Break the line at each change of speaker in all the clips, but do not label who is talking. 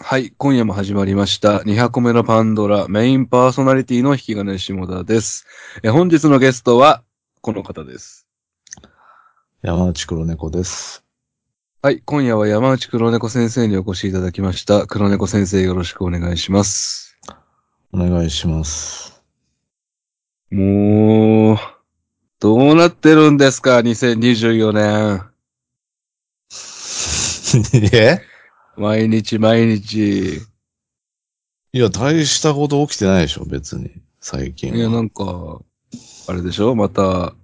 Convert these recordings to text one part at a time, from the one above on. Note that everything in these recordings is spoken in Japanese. はい、今夜も始まりました。200個目のパンドラ、メインパーソナリティの引き金下田です。え本日のゲストは、この方です。
山内黒猫です。
はい、今夜は山内黒猫先生にお越しいただきました。黒猫先生よろしくお願いします。
お願いします。
もう、どうなってるんですか、2024年。
え
毎日毎日。
いや、大したこと起きてないでしょ、別に。最近
いや、
は。
なんか、あれでしょまた、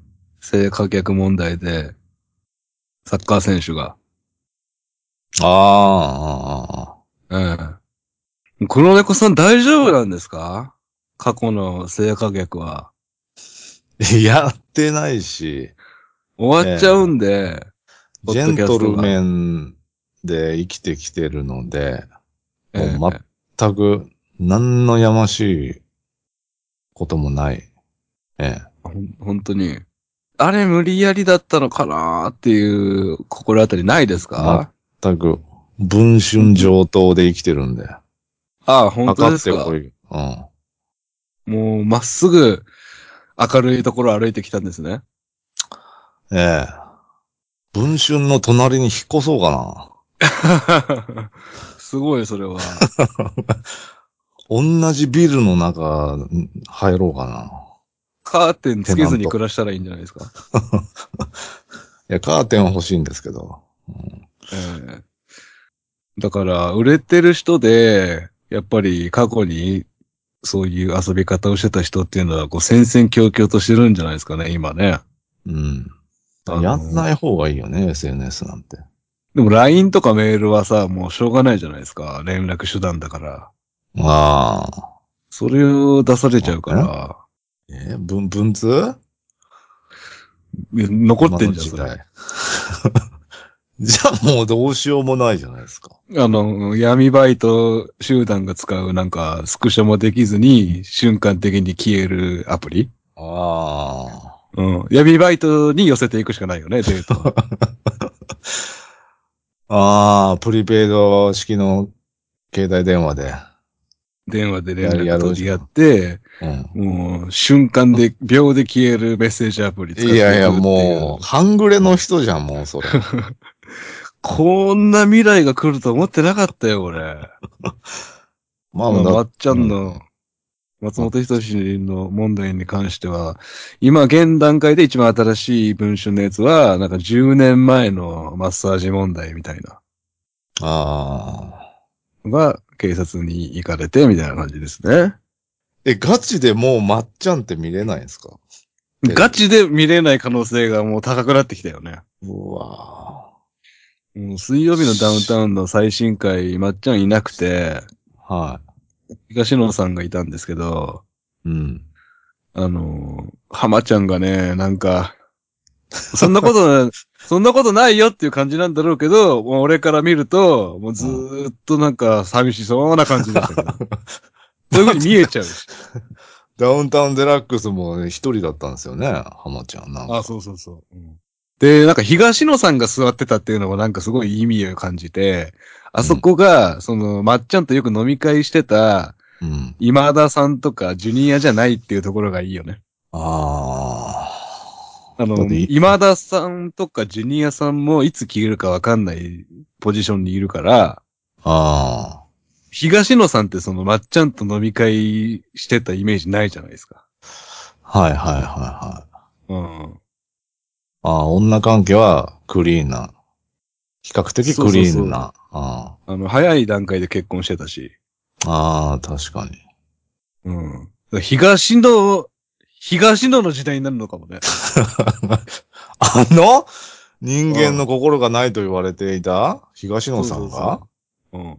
性格客問題で、サッカー選手が。
ああ、ああ、ああ。
うん。黒猫さん大丈夫なんですか過去の性格客は。
やってないし、
終わっちゃうんで、ポ
ジ
ッドキ
ェン
ャ
ト
スト
ル
が
メンで生きてきてるので、
ええ
もうま全く何のやましいこともない。ええ。
ほん本当に。あれ無理やりだったのかなーっていう心当たりないですか
全く、文春上等で生きてるんで。
ああ、本当
か
で
っ
す
て
か
こ。い。うん。
もうまっすぐ明るいところ歩いてきたんですね。
ええ。文春の隣に引っ越そうかな。
すごい、それは。
同じビルの中ん入ろうかな。
カーテンつけずに暮らしたらいいんじゃないですか。
いや、カーテンは欲しいんですけど。
ええだから、売れてる人で、やっぱり過去にそういう遊び方をしてた人っていうのは、こう戦々恐々としてるんじゃないですかね、今ね。
うん。
あの
やんない方がいいよね、SNS なんて。
でも LINE とかメールはさ、もうしょうがないじゃないですか。連絡手段だから。
ああ。
それを出されちゃうから、
え文、文通
残ってんじゃん、そ
今の時
れ。
代 じゃあもうどうしようもないじゃないですか。
あの、闇バイト集団が使うなんか、スクショもできずに瞬間的に消えるアプリ
ああ。
うん。闇バイトに寄せていくしかないよね、デートは。
ああ、プリペイド式の携帯電話で。
電話で連
や
絡
るやる
取り合って、
うん。
もう瞬間で、秒で消えるメッセージアプリ使って
い
いくっていう。
やいや、もう、半グレの人じゃん、もうそ れ。
こんな未来が来ると思ってなかったよ、俺。
ま
あ
あ、
の、ま
だ
っちゃんの、松本人志の問題に関しては、今現段階で一番新しい文春のやつは、なんか10年前のマッサージ問題みたいな
ああ。
のが警察に行かれてみたいな感じですね。
え、ガチでもうまっちゃんって見れないんですかえ
ガチで見れない可能性がもう高くなってきたよね。
うわ
もう水曜日のダウンタウンの最新回、まっちゃんいなくて、
は
東野さんがいたんですけど、
い。うん。
あのー、浜ちゃんがね、なんか、そんな ことな、そんなことないよっていう感じなんだろうけど、もう俺から見ると、もうずーっとなんか寂しそうな感じでしたけ ど。そういう風に見えちゃうし。
ダウンタウンデラックスも一人だったんですよね、浜ちゃん。なん か
あ、そうそうそう。うんで、なんか東野さんが座ってたっていうのもなんかすごい意味を感じて、あそこが、その、まっちゃんとよく飲み会してた、
うん。
今田さんとかジュニアじゃないっていうところがいいよね。
あ
あ
だ
の、
ってい
今田さんとかジュニアさんもいつ消えるかわかんないポジションにいるから、
あ。ああ。
東野さんってそのまっちゃんと飲み会してたイメージないじゃないですか。
はいはいはいはい。
うん。
ああ、女関係はクリーンな。比較的クリーンな。あ
あの、早い段階で結婚してたし。
あああ、確かに。
うん。東野、東野の時代になるのかもね。
あの人間の心がないと言われていた東野さんが
うん。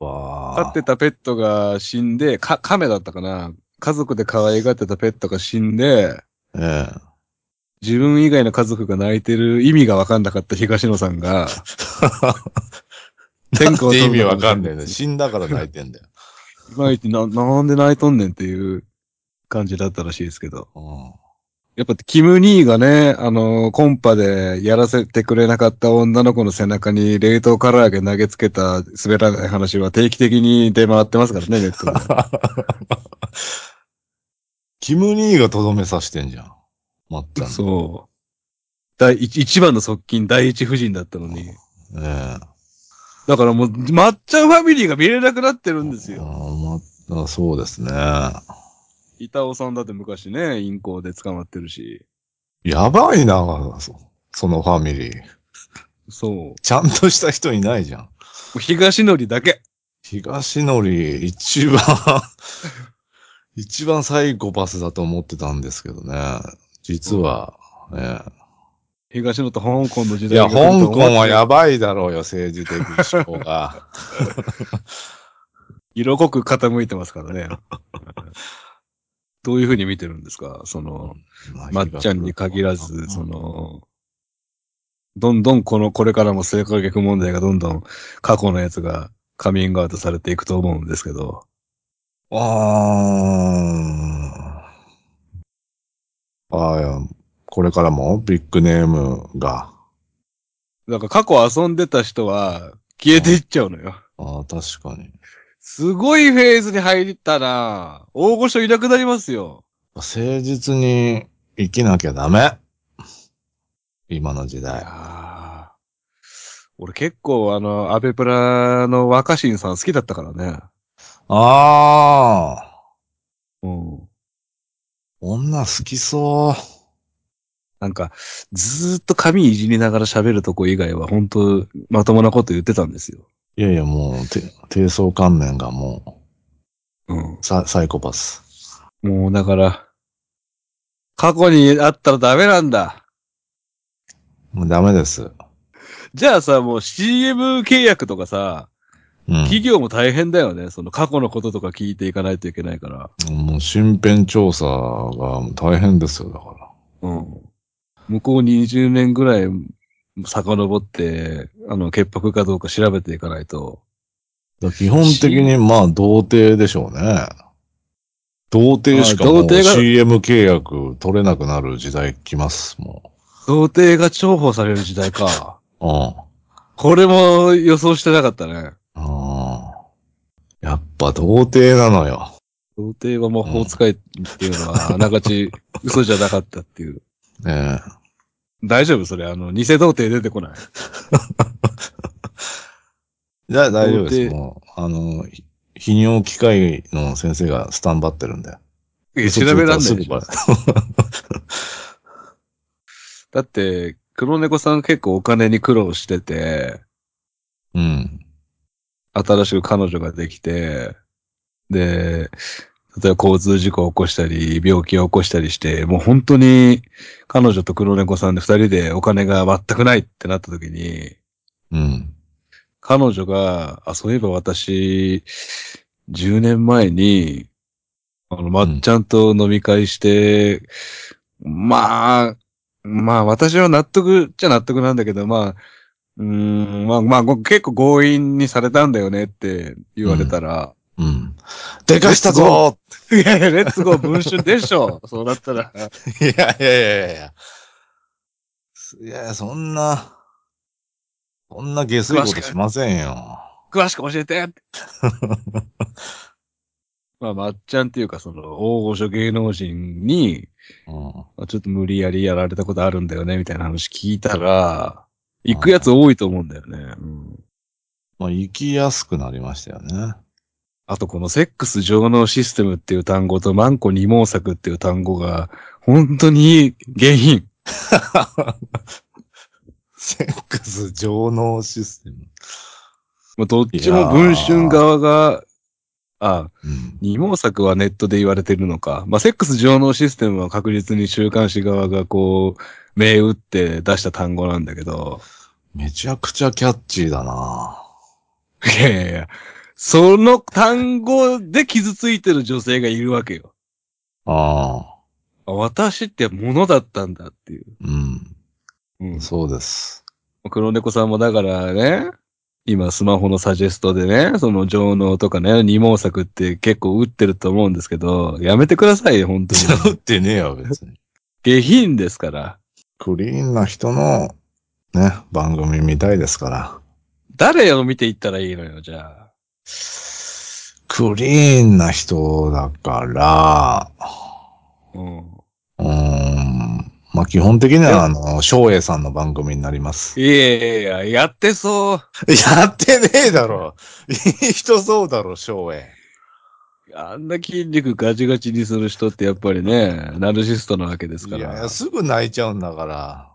飼
わ
ってたペットが死んで、か、亀だったかな。家族で可愛がってたペットが死んで、
あえ え。
自分以外の家族が泣いてる意味が分かんなかった東野さん が、
なんて意味わかんねえ
天候を取るの
ね。
が
死んだから泣いてんだよ。
いまいちな、なんで泣いとんねんっていう感じだったらしいですけど。
うん
やっぱキム兄がね、あの、コンパでやらせてくれなかった女の子の背中に冷凍唐揚げ投げつけた滑らない話は定期的に出回ってますからね、ネットで。
キム兄がとどめさしてんじゃん。ま ったく。
そう。第一一番の側近、第一夫人だったのに。
ええ
だからもう、まっちゃんファミリーが見れなくなってるんです
あ
よ。
ーまあ、そうですね。
板尾さんだって昔ね、インコで捕まってるし。
やばいな、そそのファミリー。
そう。
ちゃんとした人いないじゃん。
東のりだけ。
東のり、一番、 一番サイコパスだと思ってたんですけどね。実は、ね
東野と香港の時
い
代
や、
が来ると思
香
って
港はやばいだろうよ、政治的思考が。
色濃く傾いてますからね。 どういうふうに見てるんですかその、 まっちゃんに限らず、その、どんどんこの、これからも性格逆問題がどんどん過去のやつがカミングアウトされていくと思うんですけど、
ああ。ああいや、これからもビッグネームが。
だから過去遊んでた人は消えていっちゃうのよ。
ああ、確かに。
すごいフェーズに入ったなぁ大御所いなくなりますよ。
誠実に生きなきゃダメ。今の時
いや
代。
ー俺結構あの、アベプラの若新さん好きだったからね。
ああ。
うん。
女好きそう。
なんか、ずーっと髪いじりながら喋るとこ以外は、本当まともなこと言ってたんですよ。
いやいや、もう、て低層観念がも
うん。
う、ササイコパス。
もう、だから、過去にあったらダメなんだ。
もうダメです。
じゃあさ、もう CM 契約とかさ、
うん。
企業も大変だよね。その過去のこととか聞いていかないといけないから。
もう、身辺調査が大変ですよ、だから。
うん。向こう20年ぐらい遡って、あの、潔白かどうか調べていかないと。
だから基本的に、まあ、童貞でしょうね。童貞しか
あ
もう
童貞が
CM 契約取れなくなる時代来ます、も
童貞が重宝される時代か。
う。うん。
これも予想してなかったね。
ああ。やっぱ童貞なのよ。
童貞は魔法使いっていうの は、あながち嘘じゃなかったっていう。
ねえ。
大丈夫それ、あの、偽童貞出てこない。
じゃあ大丈夫
童
です。
貞
もう、あの、ひ泌尿機械の先生がスタンバってるんで。
え調べらんな
嘘
い
つ
で
い
したょ
らすぐ
だって、黒猫さん結構お金に苦労してて、
バレる。うん。
新しく彼女ができて、で、例えば交通事故を起こしたり、病気を起こしたりして、もう本当に彼女と黒猫さんで二人でお金が全くないってなった時に、
うん。
彼女が、あ、そういえば私、10年前に、あの、まっちゃんと飲み会して、まあ、まあ私は納得っちゃ納得なんだけど、まあ、うーん、まあまあご結構強引にされたんだよねって言われたら、
うん。でかしたぞ
いやいや、レッツゴー文春でしょ そうだったら。
いやいやいやいや。いや、そんな、そんな下水ことしませんよ。
詳しく教えてまあ、まっちゃんっていうか、その、大御所芸能人に、
うん。
まあちょっと無理やりやられたことあるんだよね、みたいな話聞いたら、行くやつ多いと思うんだよね。うん
まあ、生きやすくなりましたよ ね。
あとこのセックス上のシステムっていう単語とマンコ二毛作っていう単語が、本当に下品。
セックス上納システム。
まあどっちも文春側が、あ、
うん。
二毛作はネットで言われてるのか。まあ、セックス上のシステムは確実に週刊誌側がこう、銘打って出した単語なんだけど、
めちゃくちゃキャッチーだない
やいやいや、その単語で傷ついてる女性がいるわけよ。
ああ。
あ私ってものだったんだっていう。
うん。
うん。
そうです。
黒猫さんもだからね、今スマホのサジェストでね、その上納とかね、二毛作 って結構打ってると思うんですけど、やめてくださいよ、本当に。
打ってねえよ、別に。
下品ですから。
クリーンな人の、ね、番組見たいですから。
誰を見ていったらいいのよ、じゃあ。
クリーンな人だから、
うん。
うーん。まあ、基本的には、あの、翔英さんの番組になります。
いやいやいや、やってそう。
やってねえだろ。いい人そうだろ、翔英。
あんな筋肉ガチガチにする人ってやっぱりね、ナルシストなわけですか
いやい
ら
や、。すぐ泣いちゃうんだから。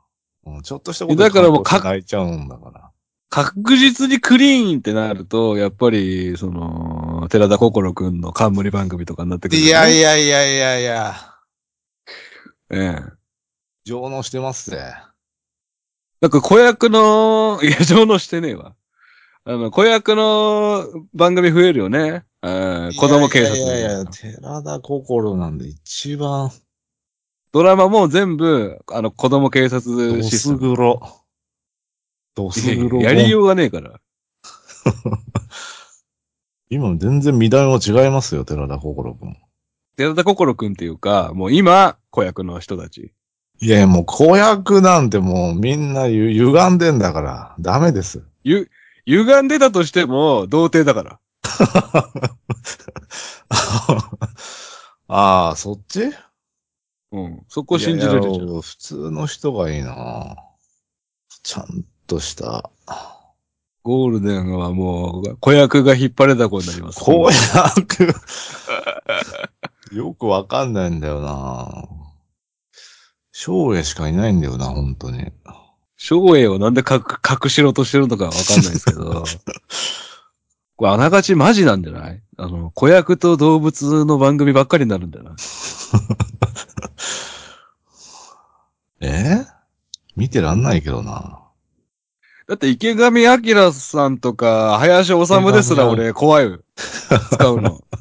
うんちょっとしたこと
だからもうか
泣いちゃうんだから。
確実にクリーンってなると、やっぱり、その、寺田心くんの冠番組とかになってくる、
いやい
や。
やいやいやいや。
ええ。
上納してますぜ。
なんか子役の、いや、上納してねえわ。あの、子役の番組増えるよね。うん子供警察
いやいやいや、寺田心なんで一番、
ドラマも全部、あの、子供警察
ド
システ
ス
ム
黒。ドス黒。
いやいややりようがねえから。
今全然見た目も違いますよ、寺田心君。
寺田心くんっていうか、もう今、子役の人たち。
いやいや、もう子役なんてもうみんなゆ歪んでんだから、ダメです。
ゆ、歪んでたとしても、童貞だから。
ああ、そっち
うん。そこ信じられる
い
じ
や
ゃ
い
ん。
や普通の人がいいなちゃんとした。
ゴールデンはもう、子役が引っ張れた子になります。
公 約。よくわかんないんだよな翔英しかいないんだよな、本当に。
昭栄をなんで隠、隠しろとしてるのかわかんないですけど。これあながちマジなんじゃないあの、子役と動物の番組ばっかりになるんじゃない
え見てらんないけどな
だって池上彰さんとか、林修ですら俺怖いよ。使うの。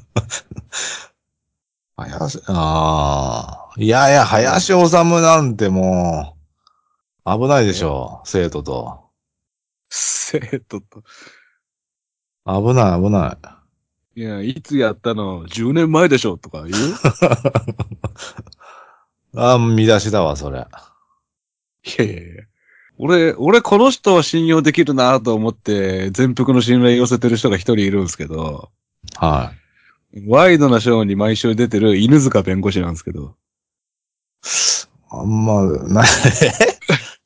林、ああ。いやいや、林修なんてもう、危ないでしょ、生徒と。
生徒と。
危ない、危ない。
いや、いつやったの ?10 年前でしょとか言う
ああ、見出しだわ、それ。
いやいやいや。俺、俺この人は信用できるなと思って、全幅の信頼寄せてる人が一人いるんですけど、
はい。
ワイドなショーに毎週出てる犬塚弁護士なんですけど、
あんま、な、 え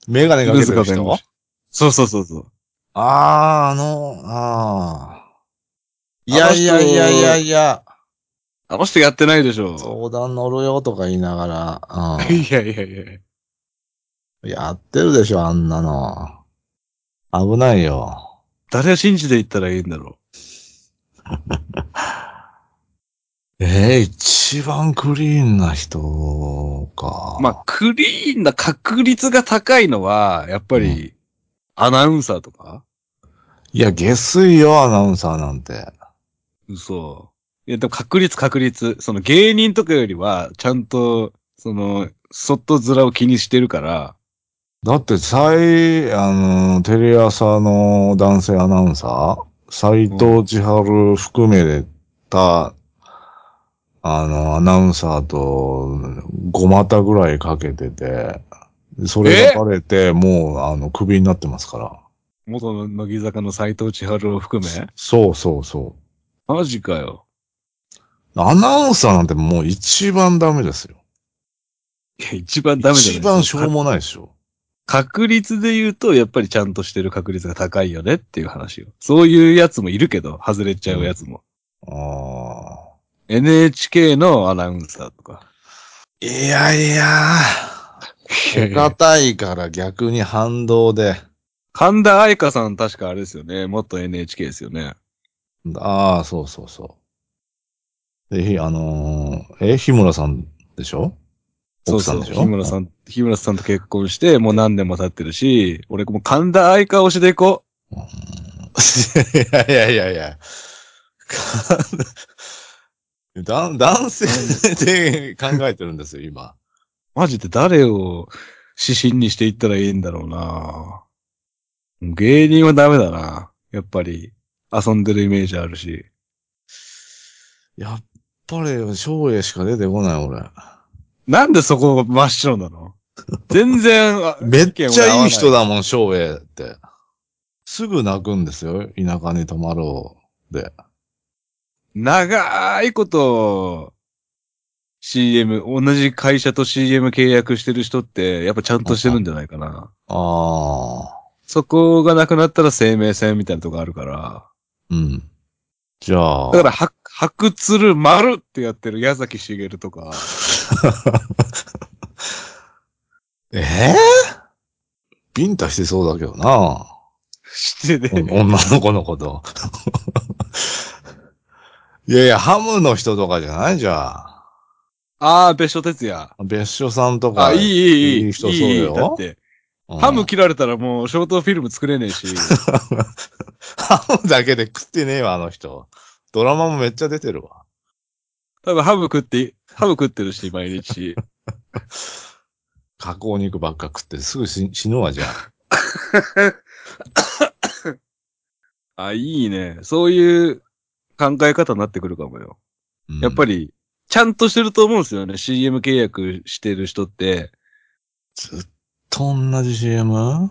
メガネかけ
犬
てる
塚弁
人
護士。そうそうそうそう。
ああ、あの、ああ。い
あの
や
人
いやいやいやいや、
あの人やってないでしょ。
相談乗るよとか言いながら、う
いやいやいや。
ん、やってるでしょ、あんなの。危ないよ。
誰を信じていったらいいんだろ
ええ一番クリーンな人か。
う。まあ、クリーンな確率が高いのは、やっぱり、アナウンサーとか
いや、下水よ、アナウンサーなんて。
嘘。いや、でも確率確率。その芸人とかよりは、ちゃんと、その、外面を気にしてるから、
だって、最、あの、テレ朝の男性アナウンサー、斎藤千春含めた、あの、アナウンサーと5股ぐらいかけてて、それがバレて、もう、あの、クビになってますから。
元の乃木坂の斎藤千春を含め。
そうそうそ
マジかよ。
う。アナウンサーなんてもう一番ダメですよ。
いや、一番ダメじゃない
一番しょうもないでしょ。
確率で言うと、やっぱりちゃんとしてる確率が高いよねっていう話よ。そういうやつもいるけど、外れちゃうやつも。
ああ。
NHK のアナウンサーとか。
いやいやー、手堅いから逆に反動で。
神田愛花さん確かあれですよね。元 NHK ですよね。
ああ、そうそうそう。で、ひあのー、え、日村さんでしょ 奥さんでしょ
日村さん、日村さんと結婚して、もう何年も経ってるし、俺もう神田愛花推しでいこ
ん。いやいやいやい や。だ男性で考えてるんですよ、今。
う。マジで誰を指針にしていったらいいんだろうな芸人はダメだな。やっぱり、遊んでるイメージあるし。
やっぱり、翔英しか出てこない、俺。
なんでそこ真っ白なの全 然、あ
めっち
意見
ゃいい
は合
人
わ
だもん、翔英って。すぐ泣くんですよ。田舎に泊まろう。で。
ない長いこと、CM、同じ会社と CM 契約してる人って、やっぱちゃんとしてるんじゃないかな。
ああ。
そこがなくなったら生命線みたいなとこあるから。
うん。じゃあ。
だから、白、白鶴丸ってやってる矢崎しげると か、
ええビンタしてそうだけどな。
して
お
ね。
女の子のこと。 いやいや、ハムの人とかじゃないじゃあ。
ああ、別所哲也。
別所さんとか。
あ、いい、いい、いい。
いい人
いい
そうよ
いいだって、
うん
ハム切られたらもうショートフィルム作れねえ し。
ハムだけで食ってねえわ、あの人。ドラマもめっちゃ出てるわ。
多分ハム食って、ハム食ってるし、毎日。
加工肉ばっか食ってすぐ死死ぬわ、じゃあ。
あ、いいね。そういう考え方になってくるかもよ。やっぱ
り。
り、ちゃんとしてると思うんですよね。CM 契約してる人って。
ずっと同じ CM? あ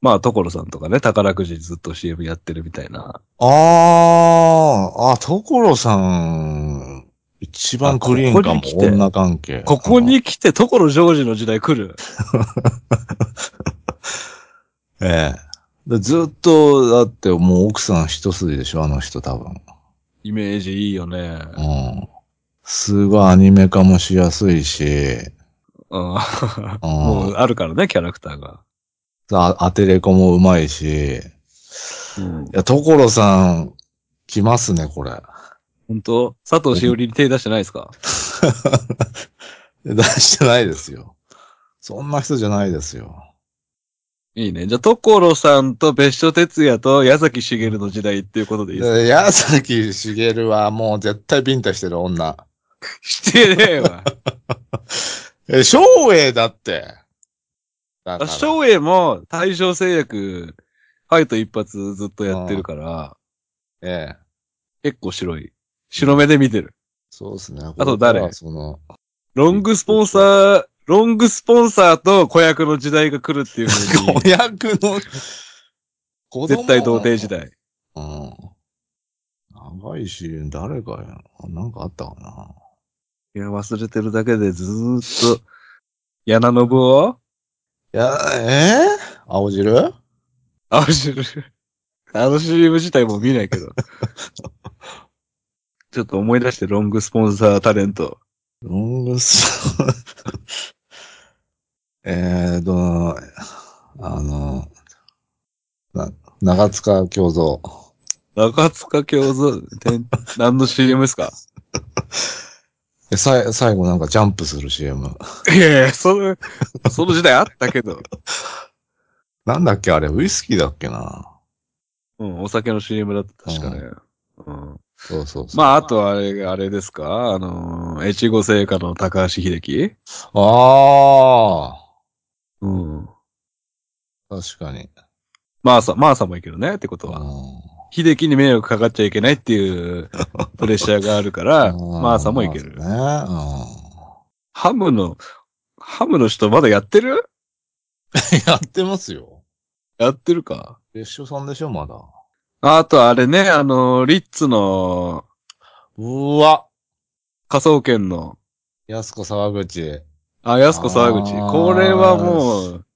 まあ、所さんとかね、宝くじずっと CM やってるみたいな。
あー、あ、所さん、一番クリーンか
あここに来
も、
て
女関係。
ここに来て、所ジョージの時代来る。
ええ。でずっと、だってもう奥さん一筋でしょ、あの人多分。
イメージいいよね。
うん。すごいアニメ化もしやすいし、
うん。
う。
もうんあるからね、キャラクターが。
あアテレコもうまいし、い
うん。
や、所さん、来ますね、これ。
本当佐藤しおりに手出してないですか
出してないですよ。そんな人じゃないですよ。
いいね。じゃあ、所さんと別所哲也と矢崎しげるの時代っていうことでいいですか
で矢崎しげるはもう絶対ビンタしてる女。
してねえ わ。
え、昭栄だって。だから
あ松栄も大正製薬、ファイト一発ずっとやってるから、
ええ。
結構白い。白目で見てる。
そうですね。
あと誰
これからその、
ロングスポンサー、ロングスポンサーと子役の時代が来るっていうふ うに
子、役の、子供
絶対童貞時。代。
うん。長いし、誰かやな。なんかあったかな。
いや、忘れてるだけでずーっと、柳信夫
いや、えー、青汁
あ、知る。あの CM 自体もう見ないけ ど。ちょっと思い出して、ロングスポンサータレント。
ロングス、 えーと、あの、な、長塚京三。
中塚京三、てん何の CM ですか
え、さい、最後なんかジャンプする CM。
いやいや、その、その時代あったけど。
なんだっけあれ、ウイスキーだっけな。
うん、お酒の CM だった、確かね。うん。
そうそうそう。
まあ、あとあれ、あれですかあのー、越後製菓の高橋秀樹
あ
うん。
あ、確かに。
マーサ、マーサもいけるねってことは。
うん
秀樹に迷惑かかっちゃいけないっていうプレッシャーがあるから、マーサもいける。
まあね。
ハムの、ハムの人まだやってる
うんやってますよ。
やってるか。
別所さんでしょ、まだ。
あとあれね、あのー、リッツの
うわ。
科捜研の、
安子沢口。
あ、安子沢口。
あー
これはもう、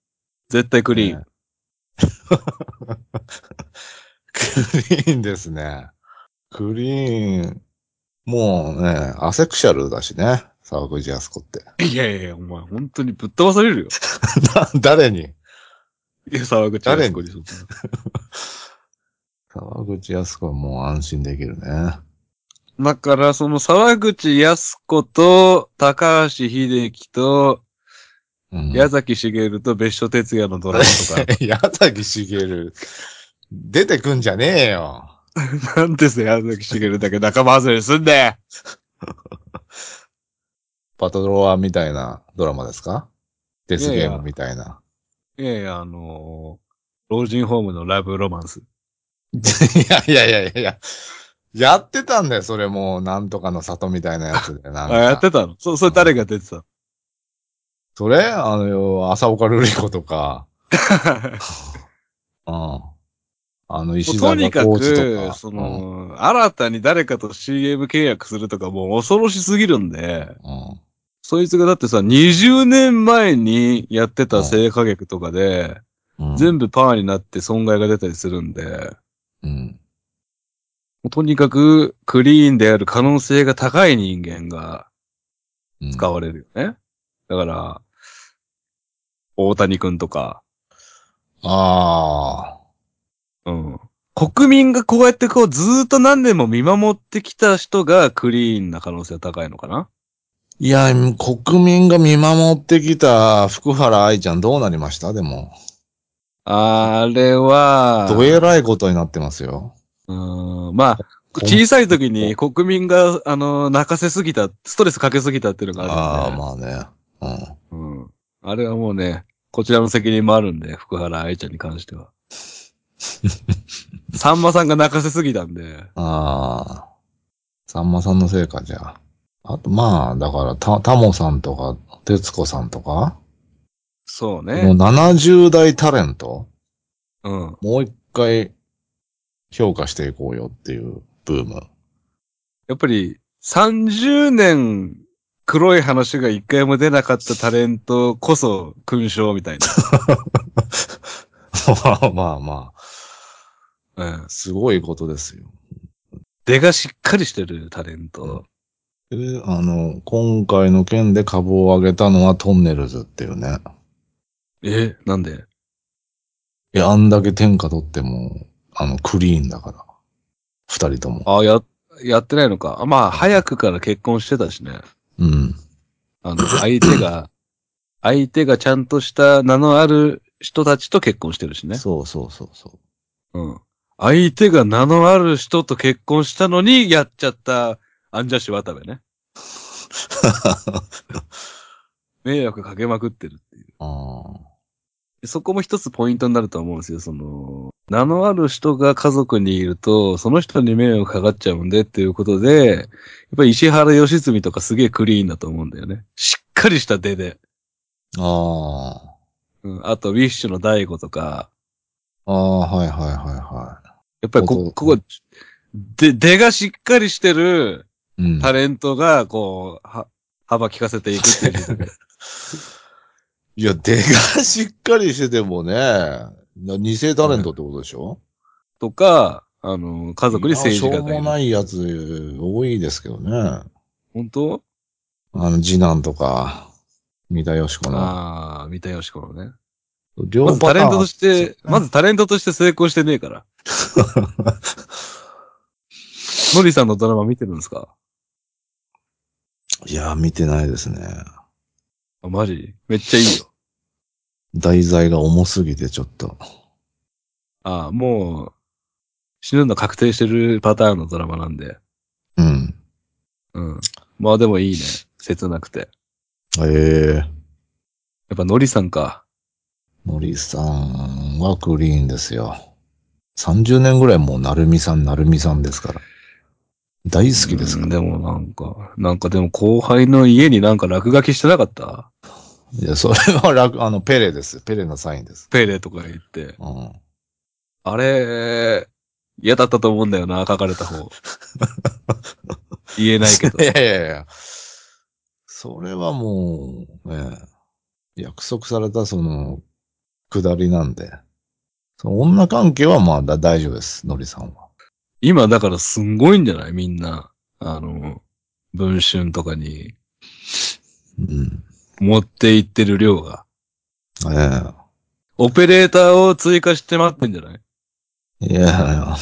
絶対クリーン。
ねクリーンですね。クリーン。もうね、アセクシャルだしね。沢口安子って。
いやいや、お前、本当にぶっ飛ばされるよ。
な誰に
いや、沢口
誰
靖
に
子にそんな
沢口安子はもう安心できるね。
だから、その沢口靖子と、高橋秀樹と、
うん、
矢崎茂と別所哲也のドラマと
矢崎しげる。出てくんじゃねえよ。
か。なんでせ、矢崎茂だけ仲間外れすんで。
パトロワーみたいなドラマですかデス
いやい
ゲ
や
ームみたいな。
いやいや、あのー老人ホームのラブロマンス。
いやいやいやいやいや。やってたんだよ、それもう、なんとかの里みたいなやつで。なん
あ、
か
やってたのそ、それ誰が出てたの
それあの、要は朝岡瑠璃子とか、うん。あの、
もう
石
と
坂
にか
浩二と
く、
か。
その、新たに誰かと CM 契約するとかもう恐ろしすぎるんで、
うん、うん。
そいつがだってさ、20年前にやってた成果劇とかで、
うん
全部パーになって損害が出たりするんで、も
うん。
うとにかくクリーンである可能性が高い人間が
うん
使われるよね。だから、大谷くんとか、
あ
うん。国民がこうやってこうずーっと何年も見守ってきた人がクリーンな可能性が高いのかない
や、国民が見守ってきた福原愛ちゃんどうなりましたでも。
あれは、
どえらいことになってますよ。
うんまあ、小さい時に国民が、あの、泣かせすぎた、ストレスかけすぎたっていうのがあ
あ
る
あ、
んで、
まあね。うん。
うん。あれはもうね、こちらの責任もあるんで、福原愛ちゃんに関して は。さんまさんが泣かせすぎたんで、
ああ。さんまさんのせいか、じゃあ。あと、まあ、だから、た、タモさんとか、徹子さんとか、
そう
もう
ね。
70代タレント、
うん。
もう一回、評価していこうよっていうブーム。
やっぱり、30年、黒い話が一回も出なかったタレントこそ勲章みたい
まあまあまあ、
な。うん。
すごいことですよ。
出がしっかりしてるタレント。
で、あの、今回の件で株を上げたのはトンネルズっていうね。
え、なんで
いや、あんだけ天下取っても、あの、クリーンだから。二人とも。
あ、や、やってないのか。あまあ、早くから結婚してたしね。
うん。
あの、 相手が、相手がちゃんとした名のある人たちと結婚してるしね。
そうそうそうそ。
うん。相手が名のある人と結婚したのに、やっちゃった、アンジャッシュ渡部ね。迷惑かけまくってるっていう
あ
う。そこも一つポイントになると思うんですよ。その、名のある人が家族にいると、その人に迷惑かかっちゃうんでっていうことで、やっぱり石原良純とかすげえクリーンだと思うんだよね。しっかりした手で。
あ。ああ。
うん。あと、ウィッシュの大悟とか、
ああ、はいはいは
やっぱり
そうそ
こ、
う
ここ、で、出がしっかりしてる
いはい。うん。
タレントが、こう、は、幅利かせていくっていう
いや、出がしっかりしててもね、な偽タレントってことでしょ、
とか、あの、家
家
族に政治家
しょうも
が
ない
る。
いやつ多いですけどね。あ
本当
の、次男とか、三田よしこの。
ああ、三田よしこのね。
両
まずタレントとして、
うん
まずタレントとして成功してねえから。 のりさんのドラマ見てるんですか
いや、見てないですね。
あ、マジめっちゃいいよ。
題材が重すぎてちょっと。
ああ、もう、死ぬの確定してるパターンのドラマなんで。
うん。
うん。まあでもいいね。切なくて。
ええ
やっぱのりさんか。
のりさんはクリーンですよ。30年ぐらいもうなるみさん、なるみさんですから。大好きです
う
か
ん
ら。
でもなんか、なんかでも後輩の家になんか落書きしてなかった
いや、それは楽、あの、ペレです。ペレのサインです。
ペレとか言って。
うん。
あれ、嫌だったと思うんだよな、書かれた 方。言えないけど
い。やいやいや。それはもう、ね、約束されたその、下りなんで。その女関係はまあだ大丈夫です、のりさんは。
今だからすんごいんじゃないみんな。あの、文春とかに
うん。
持って行ってる量が。
ええ
オペレーターを追加して待ってんじゃない
いやいや。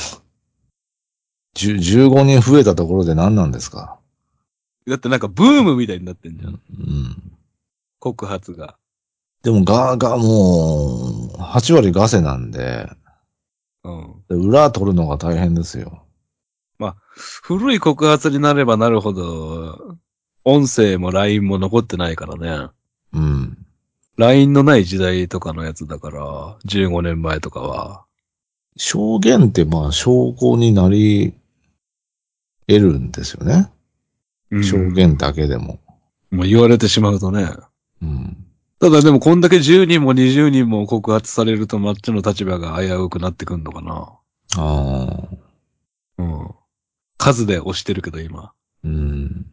じゅ15人増えたところで何なんですか
だってなんかブームみたいになってんじゃん。
うん。
告発が。
でもガーガーもう、8割ガセなんで、
うん。
で裏取るのが大変ですよ。
古い告発になればなるほど、音声も LINE も残ってないからね。
うん。
LINE のない時代とかのやつだから、15年前とかは。
証言ってまあ証拠になり得るんですよね。証言だけでも。
もう言われてしまうとね。
うん。
ただでもこんだけ10人も20人も告発されるとマッチの立場が危うくなってくんのかな。
ああ。
うん。数で押してるけど今。
うん。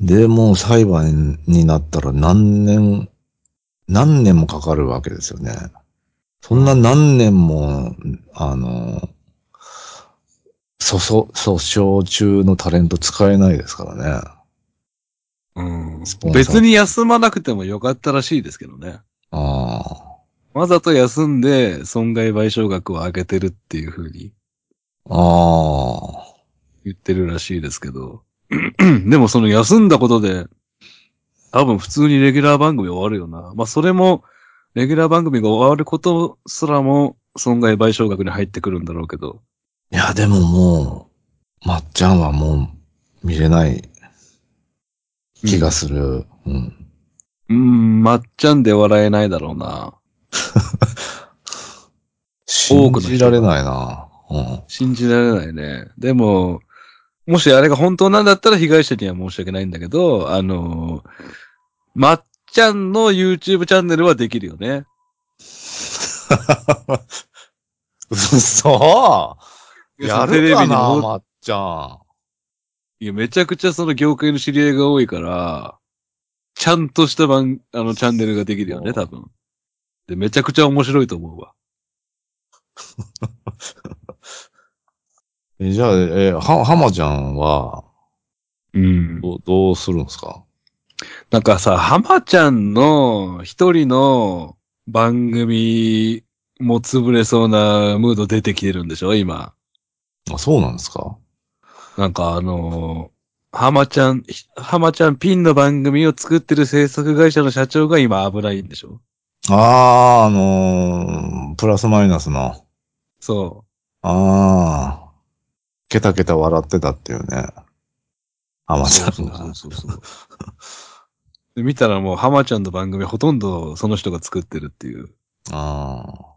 で、もう裁判になったら何年、何年もかかるわけですよね。そんな何年も、あの、訴訟、訴訟中のタレント使えないですからね。
うん
スポンサー
別に休まなくてもよかったらしいですけどね。
あ
わざと休んで損害賠償額を上げてるっていう風に
あ。ああ。
言ってるらしいですけど。 でもその休んだことで、多分普通にレギュラー番組終わるよな。まあそれも、レギュラー番組が終わることすらも損害賠償額に入ってくるんだろうけど。
いや、でももう、まっちゃんはもう見れない気がする。うん。
うん、まっちゃんで笑えないだろうな。
信
くの人が
じられないな。うん。
信じられないね。でも、もしあれが本当なんだったら被害者には申し訳ないんだけど、あのーまっちゃんの YouTube チャンネルはできるよね。
嘘や
テレ
る
ビ
か
に
な、
も
まっちゃ
いやめちゃくちゃその業界の知り合いが多いから、ちゃんとした番、あの、チャンネルができるよね、多分。で、めちゃくちゃ面白いと思うわ。
ん。えじゃあ、え、は、はまちゃんは、
うん。
どうどうするんですか
なんかさ、浜ちゃんの一人の番組も潰れそうなムード出てきてるんでしょ今。
あ、そうなんですか
なんかあのー、浜ちゃん、ひ浜ちゃんピンの番組を作ってる制作会社の社長が今危ないんでしょ
ああ、あのープラスマイナスの、
そ
ああ、ケタケタ笑ってたっていうね。あ、ま
う。
あちゃん
そう
が。
そうそうそう。で見たらもう浜ちゃんの番組ほとんどその人が作ってるっていう。
ああ。
だか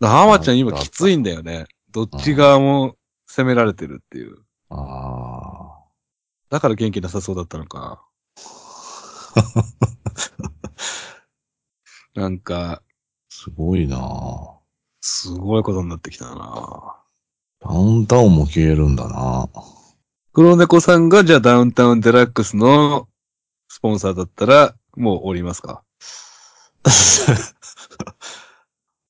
ら浜ちゃん今きついんだよね。どっち側も責められてるっていう。
あ
だから元気なさそうだったのか。なんか、
ーすごいなぁ
すごいことになってきたな
ダウンタウンも消えるんだな
黒猫さんがじゃあダウンタウンデラックスのスポンサーだったら、もうおりますか
ぁ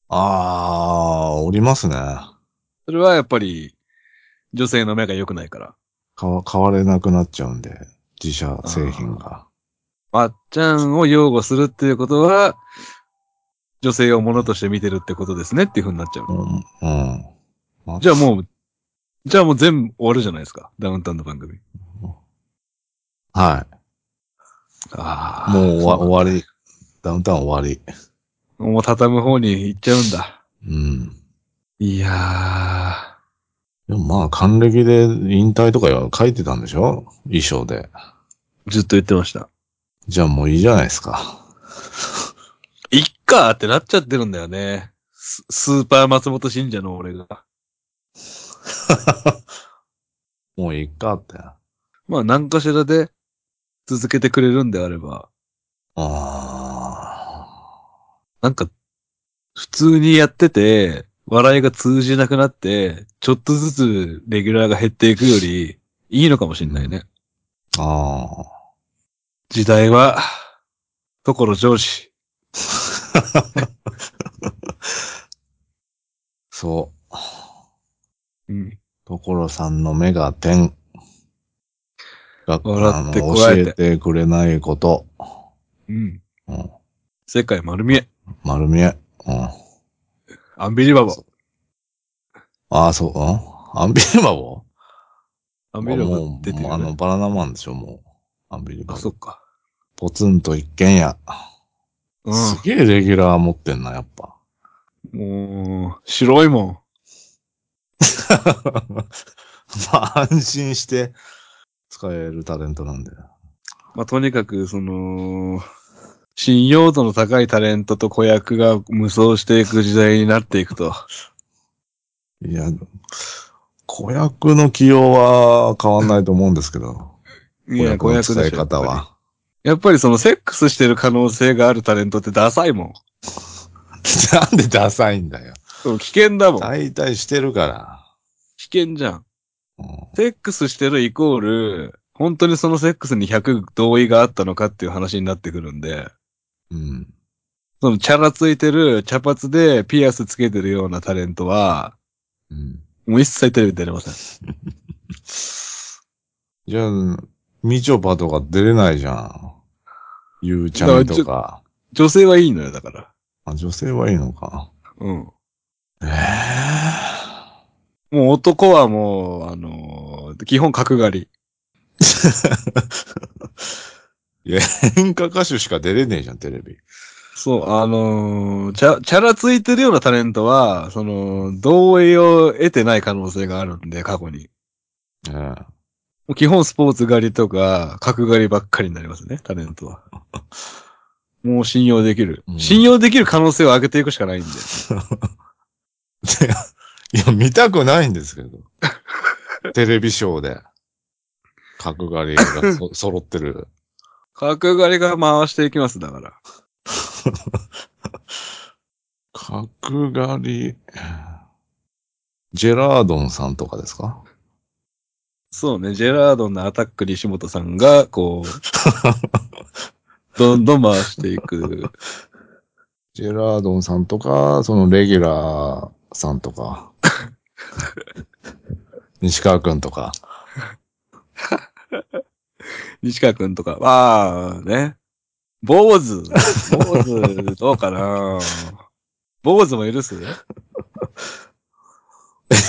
あー、おりますね。
それはやっぱり、女性の目が良くないから。
買わ買われなくなっちゃうんで、自社製品が。
まっちゃんを擁護するっていうことは、女性をものとして見てるってことですねっていう風になっちゃう
う
の。
ん。うん。
じゃあもう、じゃあもう全部終わるじゃないですか。ダウンタウンの番組。
は
あ
い。もう終わ
そう
終わり。ダウンタウン終わ
もう畳む方に行っちゃうんだ。
り。うん。
いやー。
でもまあ、還暦で引退とか書いてたんでしょ衣装で。
ずっと言ってました。
じゃあもういいじゃないですか。
いっかーってなっちゃってるんだよね。ススーパー松本信者の俺が。
もういいかって。あ
まあ何かしらで続けてくれるんであれば、
あ。
なんか普通にやってて、笑いが通じなくなって、ちょっとずつレギュラーが減っていくより、いいのかもしんないね。
ああ。
時代は、ところ上司。
そう。
うん。
所さんの目が点。が
笑って
あの
こらえて
教えてくれないこと。
うん。
うん、
世界丸見え。
丸見え。うん、あ
アンビリバボー。
あ、そう、うん、アンビリバボ
ア
ー
ンビリバボ
も
ー出てる、
う、
ね。
あの、バナナマンでしょ、もう。アンビリバ
あ、
ボ
そ
ー。
っか。
ポツンと一軒家。
うん。
すげえレギュラー持ってんな、やっぱ。
もう、白いもん。
まあ、安心して使えるタレントなんで。
まあ、とにかく、その、信用度の高いタレントと子役が無双していく時代になっていくと。
いや、子役の起用は変わんないと思うんですけど。
いや、子
子役
役
の
で
伝え
しょ。
方
やっぱ
は。
やっぱりそのセックスしてる可能性があるタレントってダサいもん。
なんでダサいんだよ。
そう危険だもん。
大体してるか
危険じゃん。
ら。うん
セックスしてるイコール、本当にそのセックスに100同意があったのかっていう話になってくるんで、
うん。
そのチャラついてる茶髪でピアスつけてるようなタレントは、
うん。
もう一切テレビ出れません。
じゃあ、みちょぱとか出れないじゃん。ゆうちゃんとか。
女性はいいのよ、だから。
あ、女性はいいのか。
うん。
え
もう男はもう、あのー基本角刈り。
え演歌歌手しか出れねえじゃん、テレビ。
そう、あのーチャ、チャラついてるようなタレントは、その、同意を得てない可能性があるんで、過去に。
ええ
もう基本スポーツ狩りとか、角狩りばっかりになりますね、タレントは。 もう信用できる
う。ん
信用できる可能性を上げていくしかないんで。
いや、見たくないんですけ ど。テレビショーで。角刈りがそ揃ってる。
角狩りが回していきます、だから。
角刈り。ジェラードンさんとかですか
そうね、ジェラードンのアタック西本さんが、こう、 どんどん回していく。
ジェラードンさんとか、そのレギュラーさんと か。西川くんとか。
西川くんとか、わあ、ね。坊主。坊主、どうかな坊主も許す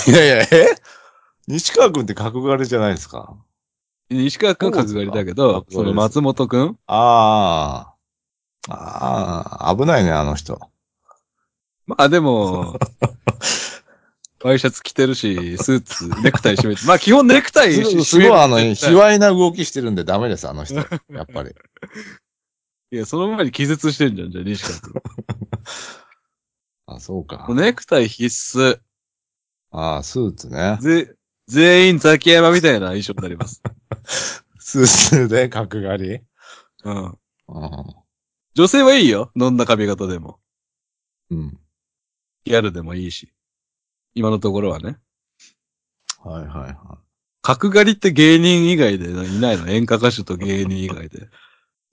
いやいや、え西川くんって角刈りじゃないですか
西川くん角刈りだけど
坊、主か
その松本くん
ああ。ああ、危ないね、あの人。
まあで も、ワイシャツ着てるし、スーツ、ネクタイ締めて。まあ基本ネクタイ締
す
め
ご
て
い、すごいあの、
絶対
卑猥な動きしてるんでダメです、あ の人。やっぱり。
いや、その前に気絶してんじゃん、じゃあ、西川くん。
あ、そうか
もう。ネクタイ必須。
ああ、スーツね。
ぜ、全員ザキヤマみたいな衣装になります。
スーツで角刈り。
うん。
うん
女性はいいよ。どんな髪型でも。
うん。
ギャルでもいいし。今のところはね。
はいはいはい。
角刈りって芸人以外でいないの演歌歌手と芸人以外で。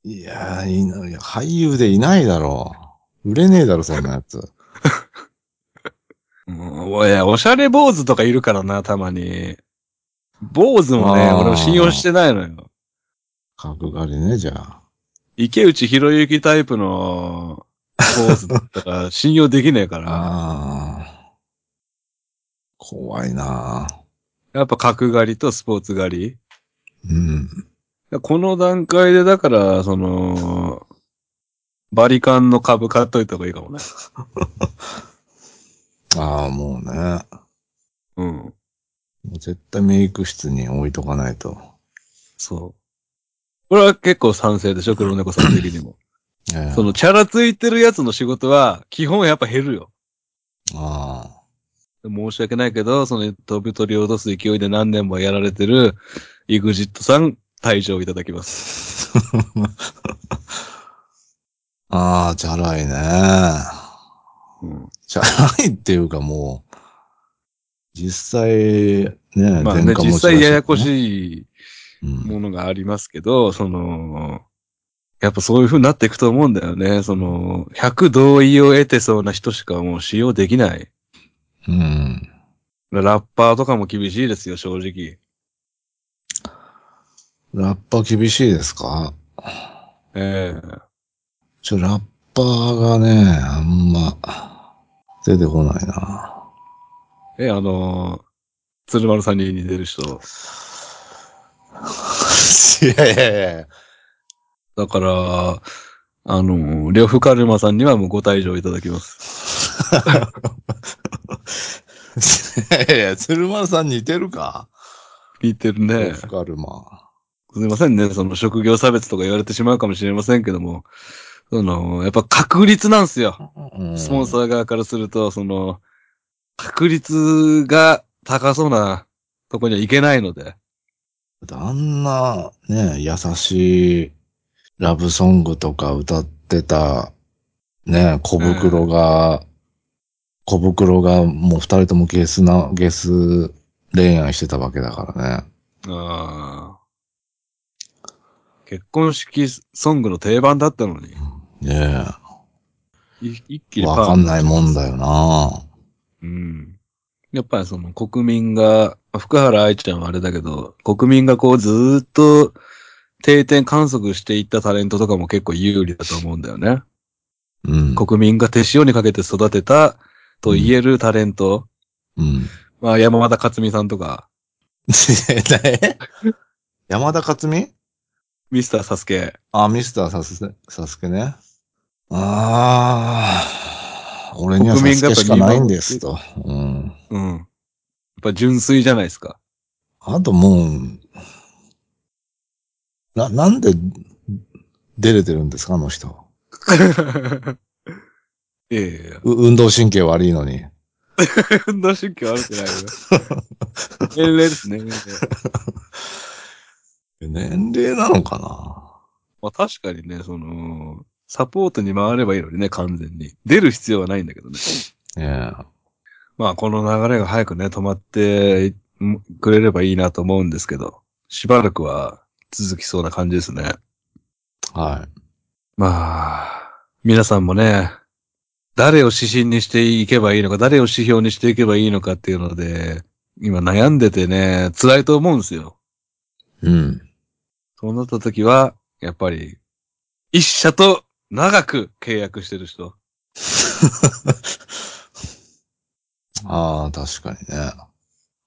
いやー、いない。俳優でいないだろう。売れねえだろ、そんなやつ。
うん、おいや、おしゃれ坊主とかいるからな、たまに。坊主もね、
あー
俺も信用してないのよ。
角刈りね、じゃあ。
池内博之タイプの坊主だったら信用できねえ から、
ああ。怖いなあ
やっぱ角刈りとスポーツ刈
うん。
り。この段階でだから、その、バリカンの株買っといた方がいいかもね。
ああ、もうね。
うん。
もう絶対メイク室に置いとかないと。
そう。これは結構賛成でしょ黒猫さん的にも。
ええ
その、チャラついてるやつの仕事は、基本やっぱ減るよ。
あ
申し訳ないけど、その、飛び取り落とす勢いで何年もやられてる、イグジットさん、退場いただきます。
あ。 ああ、チャラいね。
うん。
チャラいっていうかもう、実際、ね、
まあね、実際ややこ
い。
しい
うん
ものがありますけど、その、やっぱそういう風になっていくと思うんだよね。その、100同意を得てそうな人しかもう使用できない。
うん。
ラッパーとかも厳しいですよ、正直。
ラッパ厳しいですか
ええ
ちょ、ラッパーがね、あんま、出てこないな。
え、あのー、鶴丸さんに似てる人。
いやいやいや。
だから、あのー、呂布カルマさんにはもうご退場いただきます。
いやいや、鶴丸さん似てるか
似てるね。
フカルマ。
すいませんね、その職業差別とか言われてしまうかもしれませんけども、その、やっぱ確率なんですよ。スポンサ
ー。
ー側からすると、その、確率が高そうなとこには行けないので。
あんな、ね、優しいラブソングとか歌ってた、ね、小袋が、小袋がもう二人ともゲスな、ゲス恋愛してたわけだからね。
ああ。結婚式ソングの定番だったのに。
ね
い一気
え、
にパー
わかんないもんだよな。
うん。やっぱりその国民が、福原愛ちゃんはあれだけど、国民がこうずーっと定点観測していったタレントとかも結構有利だと思うんだよね。
うん。
国民が手塩にかけて育てたと言えるタレント。
うん。
まあ山田勝美さんとか、
誰山田勝美
ミスターサスケ。
あ、ミスターサスケ、サスケね。ああ、俺にはサスケしかないんですと。うん。
うん。やっぱ純粋じゃないです か。
あともう、な、なんで出れてるんですか、あの人。
いやいやいや。
う運動神経悪いのに。
運動神経悪くないよ。 年齢ですね、年齢。
年齢なのかな
まあ確かにね、その、サポートに回ればいいのにね、完全に。出る必要はないんだけどね。
え
まあこの流れが早くね、止まってんくれればいいなと思うんですけど、しばらくは続きそうな感じですね。
えはい。
まあ、皆さんもね、誰を指針にしていけばいいのか、誰を指標にしていけばいいのかっていうので、今悩んでてね、辛いと思うんですよ。
うん。
そうなった時は、やっぱり、一社と長く契約してる人。
ああ、確かにね。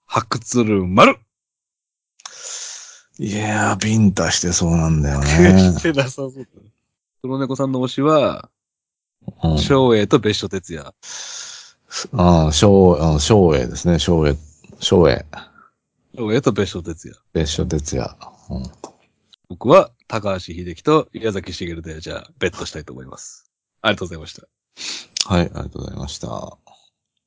白鶴丸
いやー、ビンタしてそうなんだよね
し。てなさそうだね。黒猫さんの推しは、
うん
昭栄と別所哲也。
ああ、昭あの昭栄ですね、昭栄、昭栄、
昭栄と別所哲也。
別所哲也。うん
僕は高橋秀樹と宮崎茂でじゃあ、ベットしたいと思います。ありがとうございました。
はい、ありがとうございました。